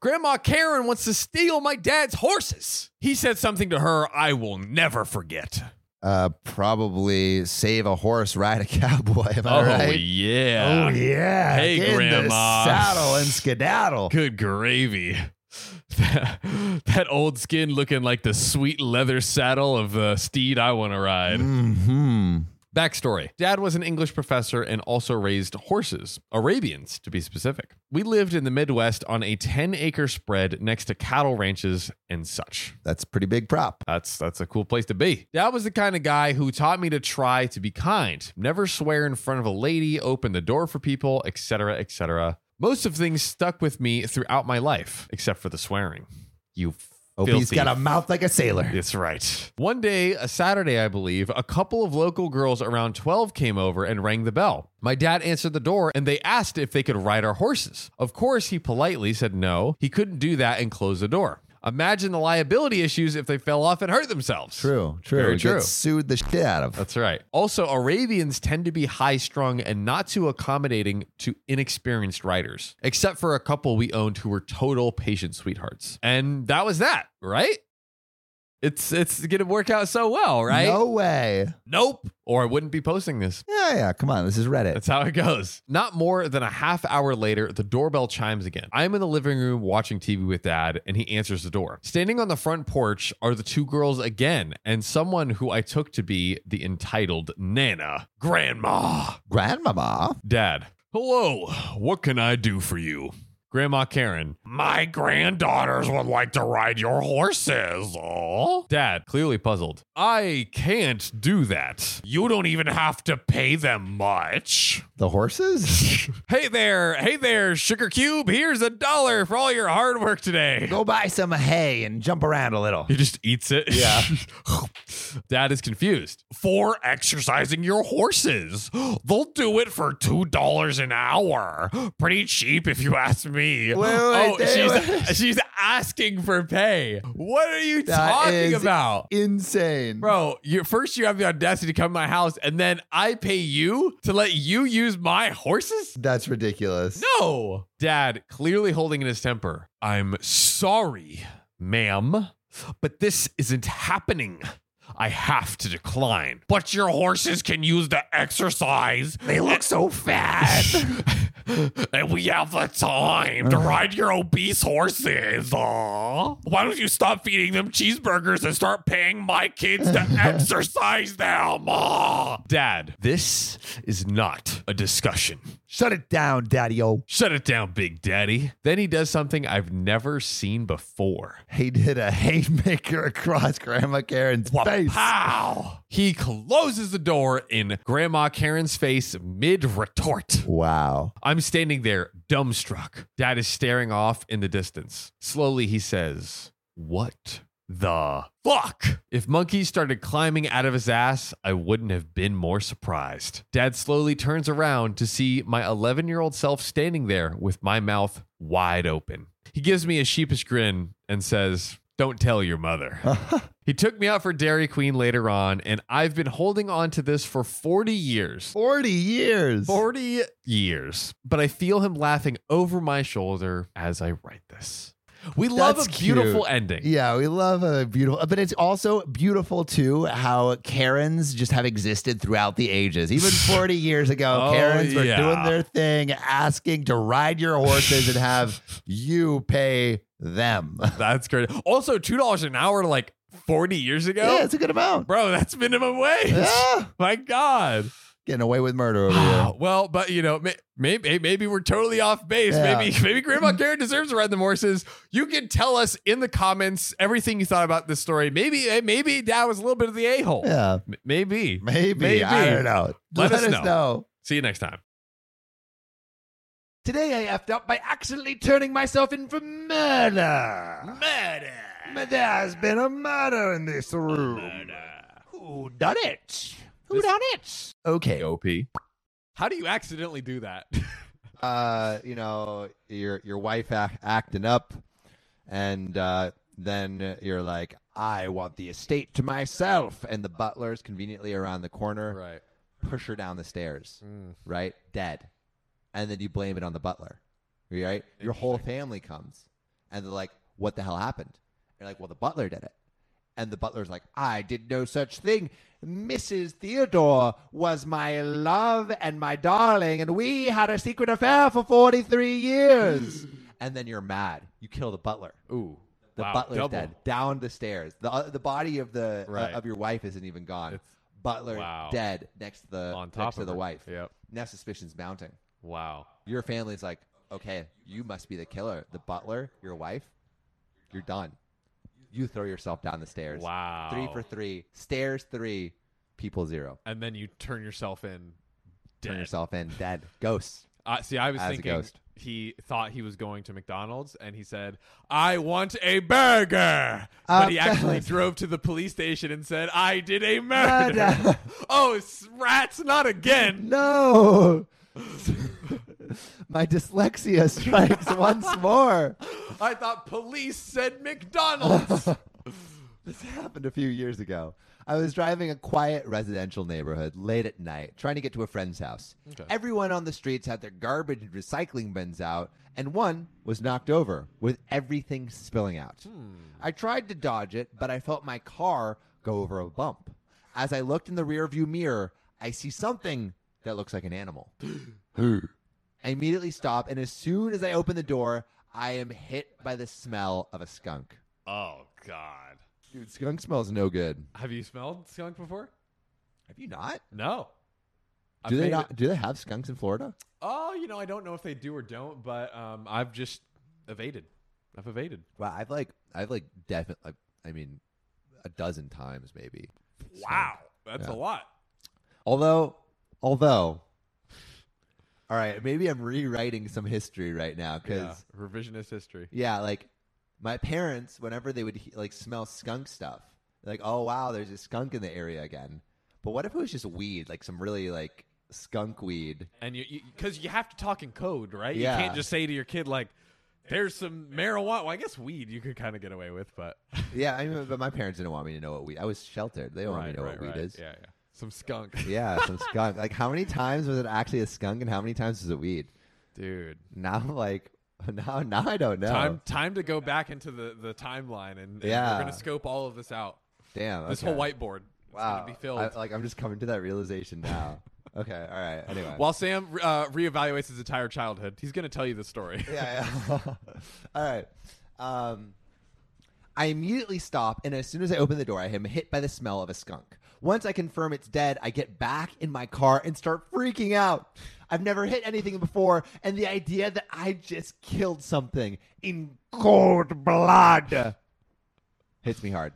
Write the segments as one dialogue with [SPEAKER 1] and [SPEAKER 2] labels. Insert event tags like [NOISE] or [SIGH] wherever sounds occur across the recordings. [SPEAKER 1] Grandma Karen wants to steal my dad's horses. He said something to her I will never forget.
[SPEAKER 2] Uh, probably save a horse, ride a cowboy. [LAUGHS] Am I
[SPEAKER 1] oh,
[SPEAKER 2] right?
[SPEAKER 1] yeah.
[SPEAKER 2] Oh yeah.
[SPEAKER 1] Hey,
[SPEAKER 2] Get in the
[SPEAKER 1] Grandma.
[SPEAKER 2] saddle and skedaddle.
[SPEAKER 1] Good gravy. [LAUGHS] That, that old skin looking like the sweet leather saddle of the steed I want to ride.
[SPEAKER 2] Hmm.
[SPEAKER 1] Backstory Dad was an English professor and also raised horses, Arabians to be specific. We lived in the Midwest on a 10 acre spread next to cattle ranches and such.
[SPEAKER 2] That's a pretty big prop.
[SPEAKER 1] That's that's a cool place to be. Dad was the kind of guy who taught me to try to be kind, never swear in front of a lady, open the door for people, etc., etc. Most of things stuck with me throughout my life, except for the swearing. You
[SPEAKER 2] Hope he's
[SPEAKER 1] Filthy.
[SPEAKER 2] got a mouth like a sailor.
[SPEAKER 1] that's right. One day, a Saturday, I believe, a couple of local girls around 12 came over and rang the bell. My dad answered the door and they asked if they could ride our horses. Of course, he politely said no, he couldn't do that and closed the door. Imagine the liability issues if they fell off and hurt themselves.
[SPEAKER 2] True. True.
[SPEAKER 1] Very
[SPEAKER 2] He gets
[SPEAKER 1] true.
[SPEAKER 2] sued the shit out of.
[SPEAKER 1] That's right. Also, Arabians tend to be high strung and not too accommodating to inexperienced riders, except for a couple we owned who were total patient sweethearts. And that was that, right? It's it's gonna work out so well, right?
[SPEAKER 2] No way.
[SPEAKER 1] Nope. Or I wouldn't be posting this.
[SPEAKER 2] Yeah, yeah. Come on. This is Reddit.
[SPEAKER 1] That's how it goes. Not more than a half hour later, the doorbell chimes again. I'm in the living room watching TV with dad, and he answers the door. Standing on the front porch are the two girls again, and someone who I took to be the entitled Nana, Grandma.
[SPEAKER 2] Grandmama.
[SPEAKER 1] Dad, hello, what can I do for you? Grandma Karen, my granddaughters would like to ride your horses. Oh. Dad, clearly puzzled. I can't do that. You don't even have to pay them much. [LAUGHS]
[SPEAKER 2] The horses?
[SPEAKER 1] Hey there, hey there, Sugar Cube. Here's a dollar for all your hard work today.
[SPEAKER 2] Go buy some hay and jump around a little.
[SPEAKER 1] He just eats it.
[SPEAKER 2] Yeah.
[SPEAKER 1] [LAUGHS] Dad is confused. For exercising your horses. They'll do it for $2 an hour. Pretty cheap if you ask me.
[SPEAKER 2] wait,
[SPEAKER 1] oh,
[SPEAKER 2] wait,
[SPEAKER 1] she's, [LAUGHS] she's asking for pay. What are you
[SPEAKER 2] That
[SPEAKER 1] talking
[SPEAKER 2] is-
[SPEAKER 1] about?
[SPEAKER 2] Insane.
[SPEAKER 1] Bro, you first you have the audacity to come to my house and then I pay you to let you use my horses?
[SPEAKER 2] That's ridiculous.
[SPEAKER 1] No. Dad, clearly holding in his temper. I'm sorry, ma'am, but this isn't happening. I have to decline. But your horses can use the exercise. They look so fat. [LAUGHS] and we have the [SIGHS] time to ride your obese horses. Aw. Why don't you stop feeding them cheeseburgers and start paying my kids [LAUGHS] to exercise them? Aw. Dad, this is not a discussion.
[SPEAKER 2] Shut it down, Daddy O.
[SPEAKER 1] Shut it down, Big Daddy. Then he does something I've never seen before.
[SPEAKER 2] He did a [LAUGHS] haymaker across Grandma Karen's face.
[SPEAKER 1] Pow! He closes the door in Grandma Karen's face mid retort.
[SPEAKER 2] Wow. [LAUGHS]
[SPEAKER 1] I'm standing there, dumbstruck. Dad is staring off in the distance. Slowly, he says, What the fuck? If monkeys started climbing out of his ass, I wouldn't have been more surprised. Dad slowly turns around to see my 11 year old self standing there with my mouth wide open. He gives me a sheepish grin and says, Don't tell your mother. He took me out for Dairy Queen later on, and I've been holding on to this for 40 years.
[SPEAKER 2] 40 years.
[SPEAKER 1] 40 years, but I feel him laughing over my shoulder as I write this. We love
[SPEAKER 2] That's
[SPEAKER 1] a beautiful
[SPEAKER 2] cute.
[SPEAKER 1] ending.
[SPEAKER 2] Yeah, we love a beautiful, but it's also beautiful too how Karens just have existed throughout the
[SPEAKER 1] [LAUGHS]
[SPEAKER 2] ages. Even 40 years ago,
[SPEAKER 1] Oh,
[SPEAKER 2] Karens were
[SPEAKER 1] yeah.
[SPEAKER 2] doing their thing, asking to ride your horses and have you pay them. [LAUGHS]
[SPEAKER 1] That's great. Also, $2 an hour like 40 years ago.
[SPEAKER 2] Yeah, it's a good amount.
[SPEAKER 1] Bro, that's minimum wage.
[SPEAKER 2] Yeah.
[SPEAKER 1] [LAUGHS] My God.
[SPEAKER 2] Getting away with murder over here.
[SPEAKER 1] [SIGHS] well, but you know, maybe maybe we're totally off base.
[SPEAKER 2] Yeah.
[SPEAKER 1] Maybe [LAUGHS] maybe Grandma Karen deserves to ride the horses. You can tell us in the comments everything you thought about this story. Maybe eh, maybe Dad was a little bit of the a hole.
[SPEAKER 2] Yeah,
[SPEAKER 1] Maybe.
[SPEAKER 2] maybe.
[SPEAKER 1] Maybe.
[SPEAKER 2] I don't know.
[SPEAKER 1] Let us
[SPEAKER 2] us
[SPEAKER 1] know.
[SPEAKER 2] know.
[SPEAKER 1] See you next time.
[SPEAKER 2] Today I effed up by accidentally turning myself in for murder. Murder. There's been a murder in this room. Who done it? Who
[SPEAKER 1] This-
[SPEAKER 2] done it? Okay.
[SPEAKER 1] OP. How do you accidentally do that? [LAUGHS]
[SPEAKER 2] Uh, you know, your your wife ac acting up, and uh, then you're like, I want the estate to myself, and the butler's conveniently around the corner.
[SPEAKER 1] right.
[SPEAKER 2] push her down the stairs, right? Dead. And then you blame it on the butler, right? Your whole family comes And they're like, what the hell happened? And you're like, well, the butler did it. And the butler's like, I did no such thing. Mrs. Theodore was my love and my darling, and we had a secret affair for
[SPEAKER 1] [LAUGHS]
[SPEAKER 2] 43 years. and then you're mad. You kill the butler.
[SPEAKER 1] Ooh.
[SPEAKER 2] The
[SPEAKER 1] wow,
[SPEAKER 2] butler's
[SPEAKER 1] double.
[SPEAKER 2] dead. Down the stairs. The uh, the body of the
[SPEAKER 1] Right.
[SPEAKER 2] uh, of your wife isn't even gone.
[SPEAKER 1] It's-
[SPEAKER 2] butler
[SPEAKER 1] wow.
[SPEAKER 2] dead next to the
[SPEAKER 1] On top
[SPEAKER 2] next to
[SPEAKER 1] of
[SPEAKER 2] the
[SPEAKER 1] her.
[SPEAKER 2] wife.
[SPEAKER 1] Yep.
[SPEAKER 2] Now suspicion's mounting.
[SPEAKER 1] Wow.
[SPEAKER 2] Your family's like, okay, you must be the killer. The butler, your wife, you're done. You throw yourself down the stairs.
[SPEAKER 1] Wow.
[SPEAKER 2] Three for three. Stairs three. People zero.
[SPEAKER 1] And then you turn yourself in.
[SPEAKER 2] Turn
[SPEAKER 1] dead.
[SPEAKER 2] yourself in.
[SPEAKER 1] [LAUGHS]
[SPEAKER 2] Dead. Ghosts.
[SPEAKER 1] Uh, see, I was
[SPEAKER 2] As a
[SPEAKER 1] thinking
[SPEAKER 2] ghost.
[SPEAKER 1] he thought he was going to McDonald's, and he said, "I want a burger," but he actually
[SPEAKER 2] burger.
[SPEAKER 1] drove to the police station and said, "I did a murder."
[SPEAKER 2] Murder.
[SPEAKER 1] [LAUGHS] oh, s- rats! Not again!
[SPEAKER 2] No. [LAUGHS] My dyslexia strikes once more.
[SPEAKER 1] I thought police said McDonald's.
[SPEAKER 2] [LAUGHS] This [LAUGHS] happened a few years ago. I was driving a quiet residential neighborhood late at night, trying to get to a friend's house.
[SPEAKER 1] Okay.
[SPEAKER 2] Everyone on the streets had their garbage and recycling bins out, and one was knocked over with everything spilling out. I tried to dodge it, but I felt my car go over a bump. As I looked in the rearview mirror, I see something that looks like an [GASPS] animal. I immediately stop, and as soon as I open the door, I am hit by the smell of a skunk.
[SPEAKER 1] oh God!
[SPEAKER 2] Dude, skunk smells no good.
[SPEAKER 1] Have you smelled skunk before?
[SPEAKER 2] Have you not?
[SPEAKER 1] No.
[SPEAKER 2] Do
[SPEAKER 1] I've
[SPEAKER 2] they
[SPEAKER 1] made
[SPEAKER 2] not?
[SPEAKER 1] it-
[SPEAKER 2] Do they have skunks in Florida?
[SPEAKER 1] Oh, you know, I don't know if they do or don't, but um, I've just evaded. I've evaded.
[SPEAKER 2] Well, I've like, I've like, definitely. I mean, a dozen times maybe.
[SPEAKER 1] Wow, that's a lot.
[SPEAKER 2] Although, although, all right, maybe I'm rewriting some history right now
[SPEAKER 1] Yeah,
[SPEAKER 2] because
[SPEAKER 1] revisionist history.
[SPEAKER 2] yeah. like my parents, whenever they would he- like smell skunk stuff, they're like, oh wow, there's a skunk in the area again. But what if it was just weed, like some really like
[SPEAKER 1] [LAUGHS]
[SPEAKER 2] skunk weed?
[SPEAKER 1] and you because you, have to talk in code, right?
[SPEAKER 2] Yeah.
[SPEAKER 1] You can't just say to your kid like, "There's some marijuana." Well, I guess weed you could kind of get away with,
[SPEAKER 2] [LAUGHS]
[SPEAKER 1] but
[SPEAKER 2] Yeah, I mean, but my parents didn't want me to know what weed. I was sheltered. They don't want me
[SPEAKER 1] right,
[SPEAKER 2] to know
[SPEAKER 1] right,
[SPEAKER 2] what weed
[SPEAKER 1] right.
[SPEAKER 2] is.
[SPEAKER 1] Yeah, yeah. Some skunk,
[SPEAKER 2] Yeah, some skunk. Like, how many times was it actually a skunk, and how many times was it weed?
[SPEAKER 1] dude.
[SPEAKER 2] Now, [LAUGHS] like, now, now I don't know.
[SPEAKER 1] Time time to go back into the the timeline, and, and
[SPEAKER 2] Yeah.
[SPEAKER 1] we're gonna scope all of this out.
[SPEAKER 2] Damn,
[SPEAKER 1] This
[SPEAKER 2] okay.
[SPEAKER 1] whole whiteboard, it's
[SPEAKER 2] wow.
[SPEAKER 1] gonna be filled.
[SPEAKER 2] I- like, I'm just coming to that
[SPEAKER 1] [LAUGHS]
[SPEAKER 2] realization now. okay, all right. Anyway,
[SPEAKER 1] While Sam uh, reevaluates his entire childhood, he's gonna tell you the story.
[SPEAKER 2] yeah, yeah. [LAUGHS] all right. Um, I immediately stop, and as soon as I open the door, I am hit by the smell of a skunk. Once I confirm it's dead, I get back in my car and start freaking out. I've never hit anything before, and the idea that I just killed something in cold blood hits me hard.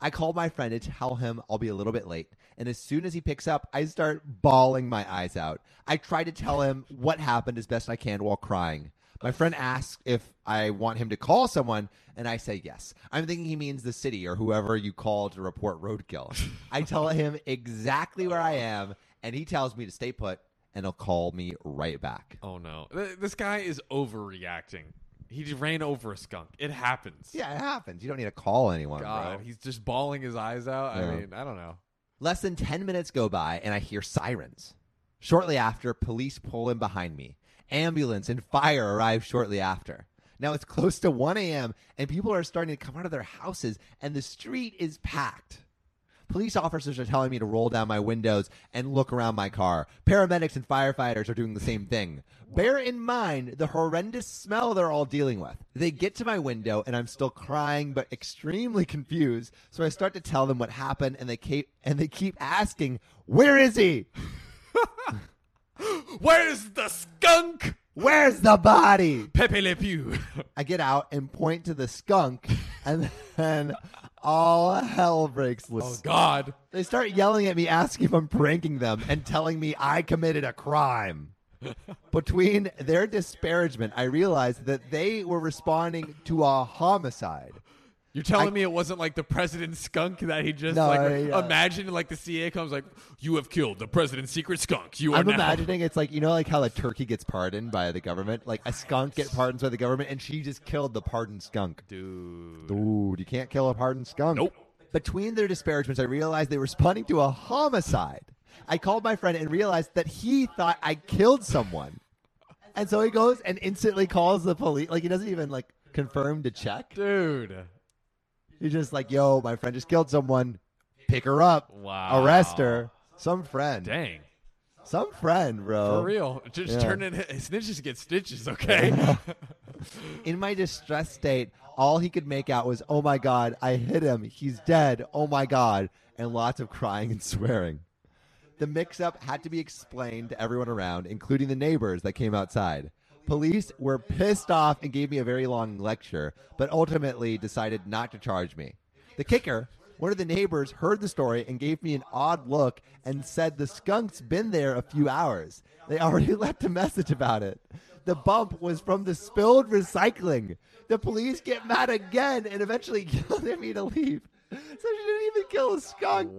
[SPEAKER 2] I call my friend to tell him I'll be a little bit late, and as soon as he picks up, I start bawling my eyes out. I try to tell him what happened as best I can while crying. My friend asks if I want him to call someone, and I say yes. I'm thinking he means the city or whoever you call to report roadkill. I tell him exactly where I am, and he tells me to stay put, and he'll call me right back.
[SPEAKER 1] [LAUGHS] Oh no, Th- this guy is overreacting. He j- ran over a skunk. It happens.
[SPEAKER 2] Yeah, it happens. You don't need to call anyone.
[SPEAKER 1] God,
[SPEAKER 2] bro.
[SPEAKER 1] he's just bawling his eyes out.
[SPEAKER 2] Yeah.
[SPEAKER 1] I mean, I don't know.
[SPEAKER 2] Less than 10 minutes go by and I hear sirens. Shortly after, police pull in behind me. Ambulance and fire arrive shortly after. Now it's close to 1 a.m. and people are starting to come out of their houses and the street is packed. Police officers are telling me to roll down my windows and look around my car. Paramedics and firefighters are doing the same thing. Bear in mind the horrendous smell they're all dealing with. They get to my window and I'm still crying but extremely [LAUGHS] confused, so I start to tell them what happened and they keep and they keep asking, "Where is he?
[SPEAKER 1] Where's the skunk?
[SPEAKER 2] Where's the body?"
[SPEAKER 1] Pepe Le Pew. [LAUGHS]
[SPEAKER 2] I get out and point to the skunk and [LAUGHS] then all hell breaks loose. [LAUGHS]
[SPEAKER 1] Oh God.
[SPEAKER 2] They start yelling at me, asking if I'm pranking them, and telling me I committed a crime. Between their disparagement, I realized that they were responding to a homicide.
[SPEAKER 1] You're telling
[SPEAKER 2] I-
[SPEAKER 1] me it wasn't like the president's skunk that he just
[SPEAKER 2] No,
[SPEAKER 1] like
[SPEAKER 2] yeah.
[SPEAKER 1] imagine like the CA comes like you have killed the president's secret skunk. You are
[SPEAKER 2] I'm
[SPEAKER 1] now
[SPEAKER 2] imagining it's like you know, like how a turkey gets pardoned by the government, like a skunk get pardoned by the government, and she just killed the pardoned skunk.
[SPEAKER 1] [LAUGHS] dude.
[SPEAKER 2] Dude, you can't kill a hardened skunk.
[SPEAKER 1] Nope.
[SPEAKER 2] Between their disparagements, I realized they were responding to a homicide. I called my friend and realized that he thought I killed someone. And so he goes and instantly calls the police. Like, he doesn't even, like, confirmed to check.
[SPEAKER 1] Dude.
[SPEAKER 2] You're just like, yo, my friend just killed someone. Pick her up.
[SPEAKER 1] Wow.
[SPEAKER 2] Arrest her. Some friend.
[SPEAKER 1] Dang.
[SPEAKER 2] Some friend, bro.
[SPEAKER 1] For real. Just
[SPEAKER 2] yeah.
[SPEAKER 1] turn it snitches get stitches,
[SPEAKER 2] [LAUGHS]
[SPEAKER 1] okay?
[SPEAKER 2] In my distress state, all he could make out was, oh my God, I hit him. He's dead. Oh my God. And lots of crying and swearing. The mix up had to be explained to everyone around, including the neighbors that came outside. Police were pissed off and gave me a very long lecture, but ultimately decided not to charge me. The kicker one of the neighbors heard the story and gave me an odd look and said the skunk's been there a few hours. They already [LAUGHS] left a message about it. The bump was from the spilled recycling. The police get mad again and eventually [LAUGHS] yelled at me to leave. So she didn't even kill a skunk.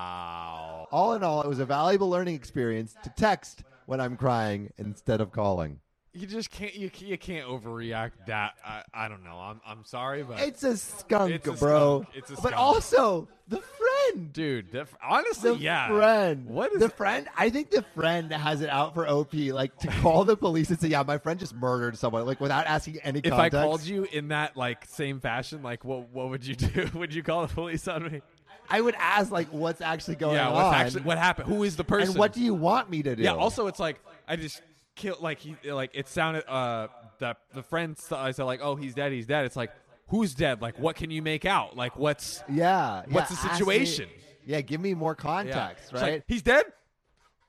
[SPEAKER 1] wow.
[SPEAKER 2] All in all, it was a valuable learning experience to text when I'm crying instead of calling.
[SPEAKER 1] You just can't you you can't overreact that I, I don't know. I'm I'm sorry but
[SPEAKER 2] It's a skunk,
[SPEAKER 1] It's a
[SPEAKER 2] bro.
[SPEAKER 1] skunk. It's a
[SPEAKER 2] But
[SPEAKER 1] skunk.
[SPEAKER 2] also, the friend.
[SPEAKER 1] dude, that, honestly,
[SPEAKER 2] The
[SPEAKER 1] yeah.
[SPEAKER 2] friend.
[SPEAKER 1] What is
[SPEAKER 2] the friend? I think the friend has it out for OP. Like to call the police and say, "Yeah, my friend just murdered someone," like without asking any
[SPEAKER 1] if
[SPEAKER 2] context.
[SPEAKER 1] I called you in that like same fashion, like what what would you [LAUGHS] do? would you call the police on me?
[SPEAKER 2] I would ask like, "What's actually going
[SPEAKER 1] yeah,
[SPEAKER 2] on?"
[SPEAKER 1] what's actually what happened? Who is the person?
[SPEAKER 2] and what do you want me to do?
[SPEAKER 1] Yeah. Also, it's like I just kill like he like it sounded uh the the friends I said like oh he's dead he's dead. It's like who's dead? Like what can you make out? Like what's
[SPEAKER 2] yeah. yeah,
[SPEAKER 1] What's the
[SPEAKER 2] ask me-
[SPEAKER 1] situation?
[SPEAKER 2] yeah, give me more
[SPEAKER 1] yeah.
[SPEAKER 2] context,
[SPEAKER 1] It's like,
[SPEAKER 2] right?
[SPEAKER 1] he's dead.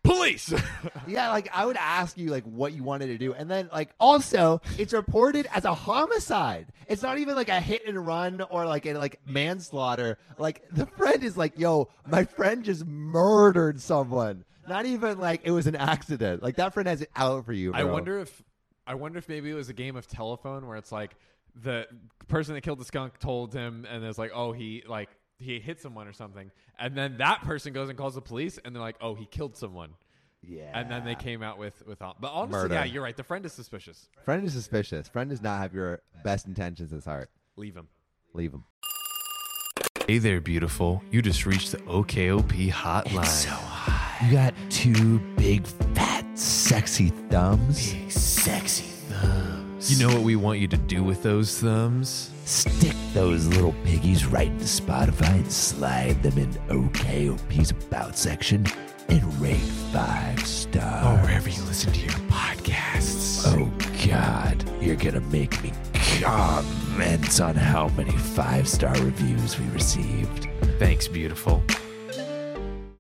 [SPEAKER 1] Police. [LAUGHS]
[SPEAKER 2] yeah, like I would ask you like what you wanted to do, and then like also it's reported as a homicide. It's not even like a hit and run or like a like manslaughter. Like the friend is like, "Yo, my friend just murdered someone." Not even like it was an accident. Like that friend has it out for you.
[SPEAKER 1] I
[SPEAKER 2] bro.
[SPEAKER 1] wonder if I wonder if maybe it was a game of telephone where it's like the person that killed the skunk told him and it's like oh he like he hit someone or something and then that person goes and calls the police and they're like oh he killed someone
[SPEAKER 2] Yeah.
[SPEAKER 1] and then they came out with with but honestly
[SPEAKER 2] Murder.
[SPEAKER 1] yeah you're right the friend is suspicious
[SPEAKER 2] friend is suspicious. Friend does not have your best intentions at heart.
[SPEAKER 1] leave him
[SPEAKER 2] Leave him.
[SPEAKER 1] Hey there, beautiful. You just reached the OKOP hotline. so hot.
[SPEAKER 2] You got two big fat sexy thumbs.
[SPEAKER 1] Sexy thumbs. You know what we want you to do with those thumbs?
[SPEAKER 2] Stick those little piggies right into Spotify and slide them in OKOP's About section and rate five stars.
[SPEAKER 1] Wherever you listen to your podcasts.
[SPEAKER 2] Oh, God, you're gonna make me comment on how many five star reviews we received.
[SPEAKER 1] Thanks, beautiful.